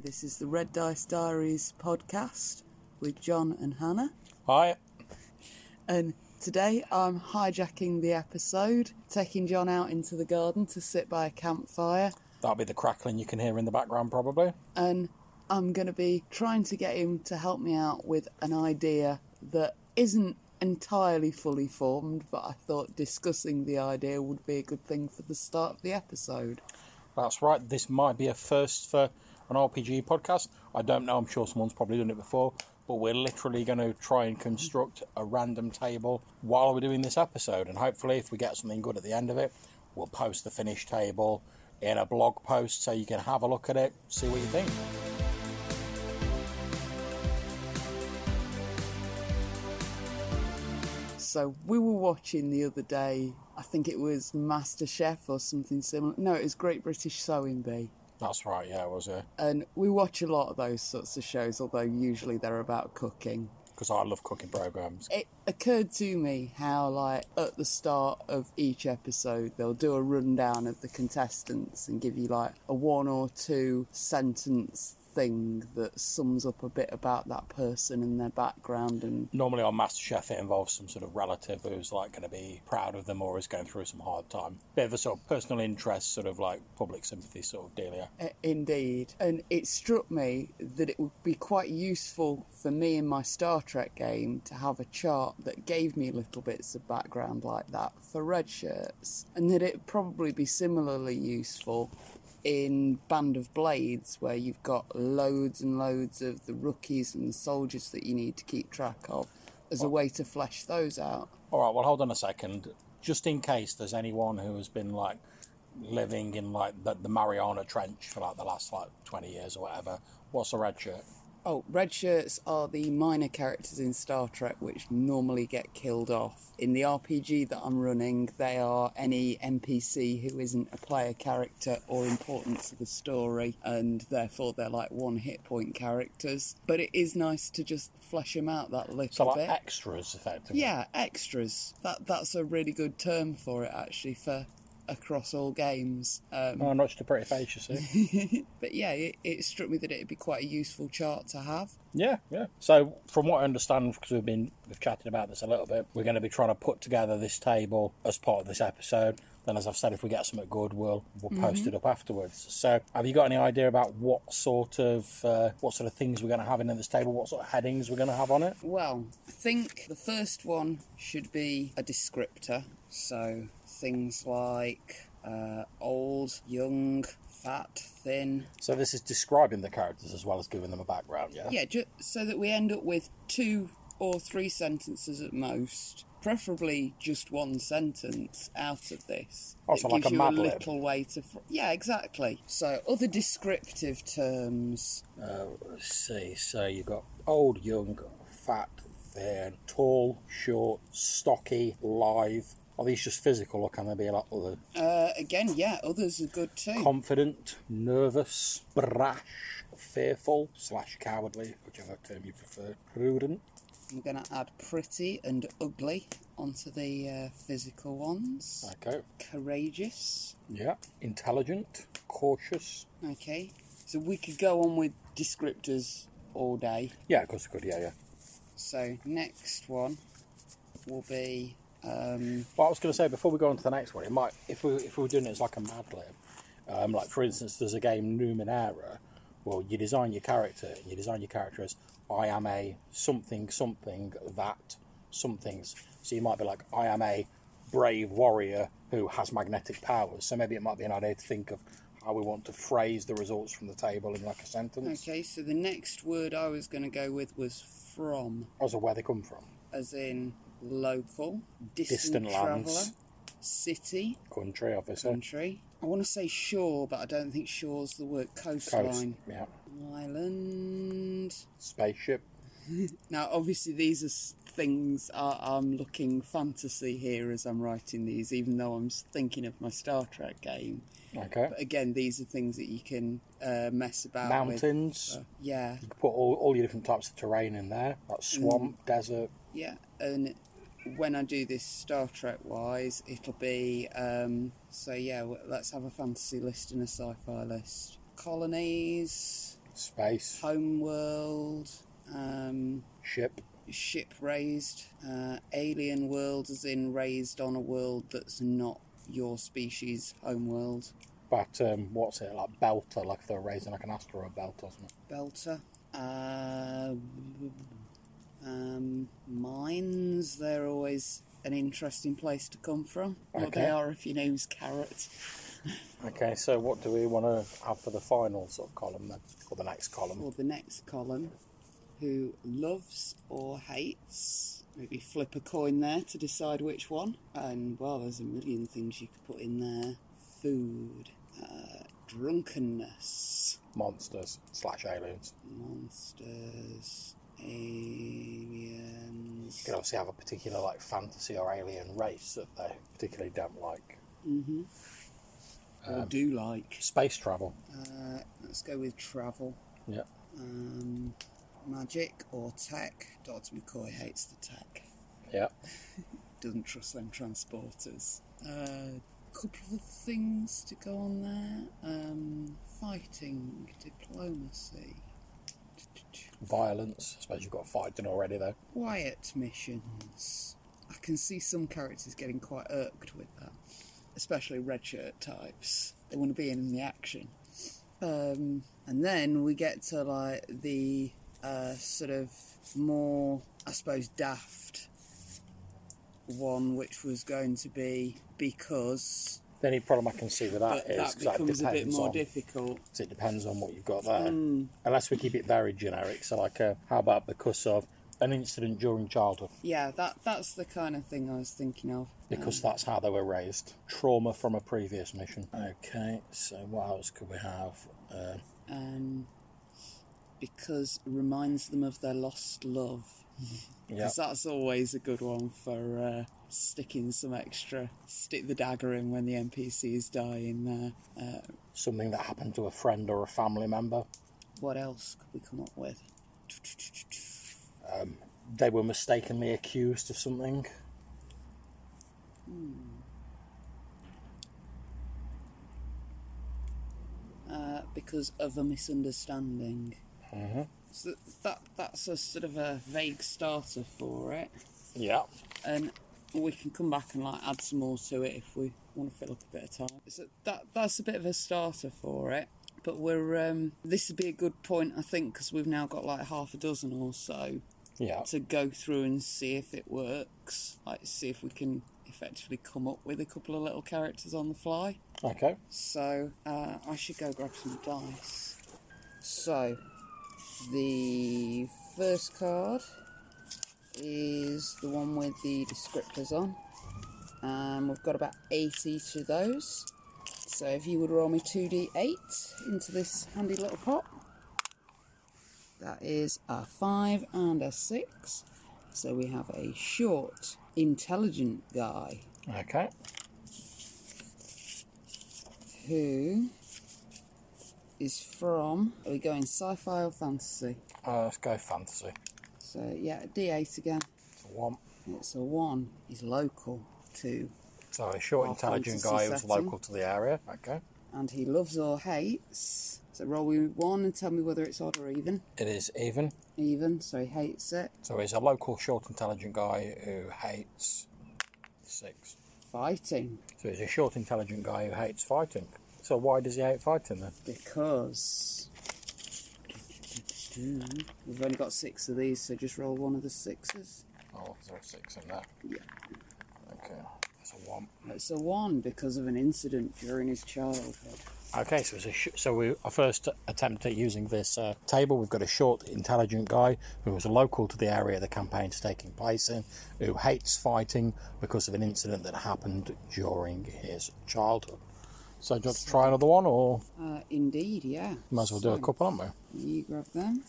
This is the Red Dice Diaries podcast with John and Hannah. Hi. And today I'm hijacking the episode, taking John out into the garden to sit by a campfire. That'll be the crackling you can hear in the background, probably. And I'm going to be trying to get him to help me out with an idea that isn't entirely fully formed, but I thought discussing the idea would be a good thing for the start of the episode. That's right. This might be a first for an RPG podcast. I don't know. I'm sure someone's probably done it before, but we're literally going to try and construct a random table while we're doing this episode. And hopefully, if we get something good at the end of it, we'll post the finished table in a blog post so you can have a look at it, see what you think. So we were watching the other day, I think it was MasterChef or something similar. No, it was Great British Sewing Bee. That's right. Yeah, it was uh, it? And we watch a lot of those sorts of shows, although usually they're about cooking. Because I love cooking programs. It occurred to me how, like, at the start of each episode, they'll do a rundown of the contestants and give you, like, a one or two sentence thing that sums up a bit about that person and their background and Normally on MasterChef, it involves some sort of relative who's like going to be proud of them or is going through some hard time. Bit of a sort of personal interest, sort of like public sympathy sort of dealio. Uh, Indeed. And it struck me that it would be quite useful for me in my Star Trek game to have a chart that gave me little bits of background like that for red shirts. And that it'd probably be similarly useful in Band of Blades, where you've got loads and loads of the rookies and the soldiers that you need to keep track of as a way to flesh those out. All right, well, hold on a second. Just in case there's anyone who has been like living in like the, the Mariana Trench for like the last like 20 years or whatever, what's a red shirt? Oh, red shirts are the minor characters in Star Trek which normally get killed off. In the RPG that I'm running, they are any NPC who isn't a player character or important to the story, and therefore they're like one hit point characters. But it is nice to just flesh them out that little So like bit. extras, effectively. yeah, extras. That that's a really good term for it actually for across all games. Um, Oh, not just a pretty face, you see. but yeah, it, it struck me that it'd be quite a useful chart to have. yeah, yeah. So, from what I understand, because we've been we've chatted about this a little bit, we're going to be trying to put together this table as part of this episode. Then, as I've said, if we get something good, we'll we'll post it up afterwards. So, have you got any idea about what sort of uh, what sort of things we're going to have in this table? What sort of headings we're going to have on it? Well, I think the first one should be a descriptor. So things like uh, old, young, fat, thin. So, this is describing the characters as well as giving them a background. Yeah. Yeah, ju- so that we end up with two or three sentences at most. Preferably just one sentence out of this. Oh, It so like gives a you a Mad Lib. little way to. Fr- yeah, exactly. So other descriptive terms. Uh, let's see. So you've got old, young, fat, thin, tall, short, stocky, lithe. Are these just physical, or can there be a lot of Uh, again, yeah, others are good too. confident, nervous, brash, fearful slash cowardly, whichever term you prefer, prudent? I'm going to add pretty and ugly onto the uh, physical ones. Okay. Courageous. Yeah. Intelligent, cautious. Okay. So we could go on with descriptors all day. Yeah, of course, good. Yeah, yeah. So next one will be. Um, Well, I was going to say before we go on to the next one, it might if we if we were doing it as like a Mad Lib, um, like for instance, there's a game Numenera. Well, you design your character, and you design your character as I am a something something that something's. So you might be like I am a brave warrior who has magnetic powers. So maybe it might be an idea to think of how we want to phrase the results from the table in like a sentence okay, so the next word I was going to go with was from, as to where they come from, as in local, distant, Distant lands. traveller, city, country, obviously, country. I want to say shore, but I don't think shore's the word. coast, Coastline, yeah, island. spaceship. Now, obviously, these are s- things I- I'm looking fantasy here as I'm writing these, even though I'm s- thinking of my Star Trek game. Okay, But again, these are things that you can uh, mess about with. uh, mountains. Yeah, You can put all, all your different types of terrain in there, like swamp, desert. yeah. And when I do this Star Trek wise, it'll be um, so, yeah, w- let's have a fantasy list and a sci fi list. Colonies, Space, Homeworld, um, ship, ship raised, uh, alien world, as in raised on a world that's not your species' homeworld. but um, what's it like? Belter, like if they're raising like an asteroid belt or something. Belter. Uh, um, mines, they're always an interesting place to come from. Well, Okay. they are if your name's Carrot. Okay, so what do we want to have for the final sort of column then, or the next column? Or the next column, who loves or hates. Maybe flip a coin there to decide which one. And, well, there's a million things you could put in there food, uh, drunkenness. Monsters slash aliens. monsters, aliens. You can obviously have a particular like fantasy or alien race that they particularly don't like. or do like. Space travel. Uh, let's go with travel, Yeah. um, magic or tech. Dodds McCoy hates the tech. Yeah. Doesn't trust them transporters. A couple of other things to go on there. Um, fighting, diplomacy. Violence. I suppose you've got fighting already though. Quiet missions. I can see some characters getting quite irked with that, especially red shirt types. They want to be in the action. Um, and then we get to like the uh, sort of more, I suppose, daft one, which was going to be because The only problem I can see with that but is that 'cause becomes a bit depends more on- difficult. 'cause it depends on what you've got there. Unless we keep it very generic. So like, uh, how about the cuss of an incident during childhood? Yeah, that that's the kind of thing I was thinking of. because that's how they were raised. Trauma from a previous mission. Okay, so what else could we have? Uh, um, because it reminds them of their lost love. yeah, Because that's always a good one for uh, sticking some extra, stick the dagger in when the NPC is dying there. Uh, something that happened to a friend or a family member. what else could we come up with? They were mistakenly accused of something. Uh, because of a misunderstanding. So that that's a sort of a vague starter for it, Yeah. and we can come back and like add some more to it if we want to fill up a bit of time. So that that's a bit of a starter for it. But we're um, this would be a good point, I think, because we've now got like half a dozen or so Yeah. to go through and see if it works. Like see if we can effectively come up with a couple of little characters on the fly. Okay. So uh, I should go grab some dice. So the first card is the one with the descriptors on, and we've got about eight each of those. So if you would roll me two d eight into this handy little pot, that is a five and a six. So we have a short, intelligent guy Okay. who is from. Are we going sci fi or fantasy? Uh, let's go fantasy. So, yeah, D8 again. It's a One. It's a one. He's local, two. So a short, Our intelligent fantasy guy who's setting. local to the area. Okay. And he loves or hates. So, roll me one and tell me whether it's odd or even. It is even. Even, so he hates it. So he's a local, short, intelligent guy who hates six. Fighting. So he's a short, intelligent guy who hates fighting. So why does he hate fighting then? Because. We've only got six of these, so just roll one of the sixes. Oh, is there a six in there? Yeah. Okay. That's a one. It's a one because of an incident during his childhood. Okay, so it's a sh- so we, our first attempt at using this uh, table, we've got a short, intelligent guy who was local to the area the campaign's taking place in, who hates fighting because of an incident that happened during his childhood. So, do you want to try another one, or Uh, indeed, yeah. might as well do a So, couple, haven't You grab them.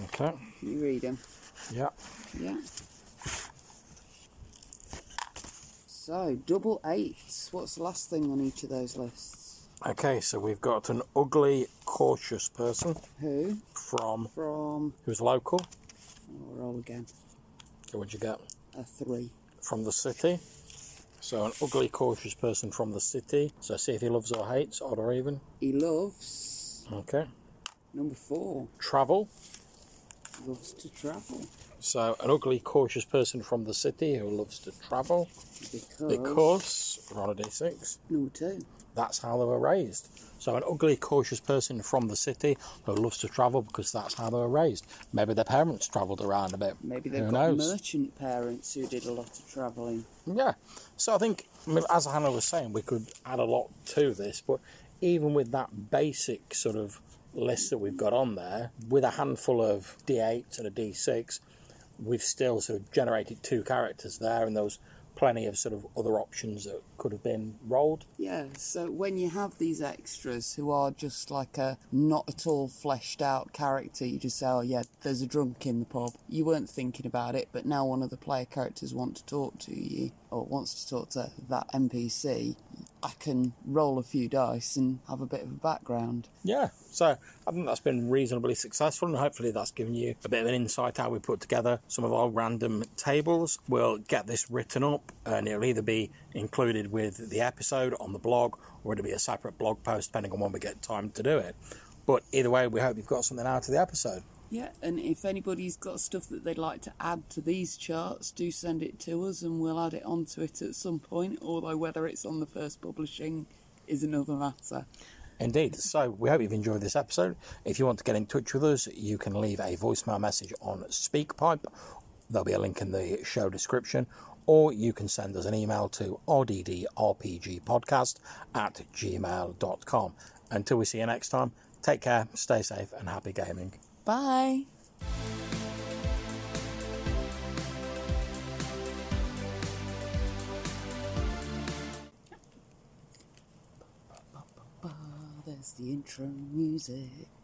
we? Okay. You read them. Yeah. Yeah. So double eights. What's the last thing on each of those lists? Okay, so we've got an ugly, cautious person Who from from? who's local. Oh, roll again. So, what'd you get? A three. from the city. So an ugly, cautious person from the city. So see if he loves or hates, odd or even. He loves Okay. Number four Travel. loves to travel So, an ugly, cautious person from the city who loves to travel because, because we're on a D6. number two That's how they were raised. So, an ugly, cautious person from the city who loves to travel because that's how they were raised. Maybe their parents travelled around a bit. maybe they've who got knows? merchant parents who did a lot of travelling. Yeah. So I think, I mean, as Hannah was saying, we could add a lot to this, but even with that basic sort of list that we've got on there, with a handful of D8s and a D6, we've still sort of generated two characters there, and there was plenty of sort of other options that could have been rolled. Yeah, so when you have these extras who are just like a not at all fleshed out character, you just say, oh, yeah, there's a drunk in the pub. You weren't thinking about it, but now one of the player characters want to talk to you or wants to talk to that NPC. I can roll a few dice and have a bit of a background. Yeah, so I think that's been reasonably successful, and hopefully that's given you a bit of an insight how we put together some of our random tables. We'll get this written up, and it'll either be included with the episode on the blog, or it'll be a separate blog post, depending on when we get time to do it. But either way, we hope you've got something out of the episode. Yeah, and if anybody's got stuff that they'd like to add to these charts, do send it to us and we'll add it onto it at some point, although whether it's on the first publishing is another matter. Indeed. So we hope you've enjoyed this episode. If you want to get in touch with us, you can leave a voicemail message on SpeakPipe. There'll be a link in the show description. Or you can send us an email to rddrpgpodcast at gmail.com. Until we see you next time, take care, stay safe, and happy gaming. Bye. There's the intro music.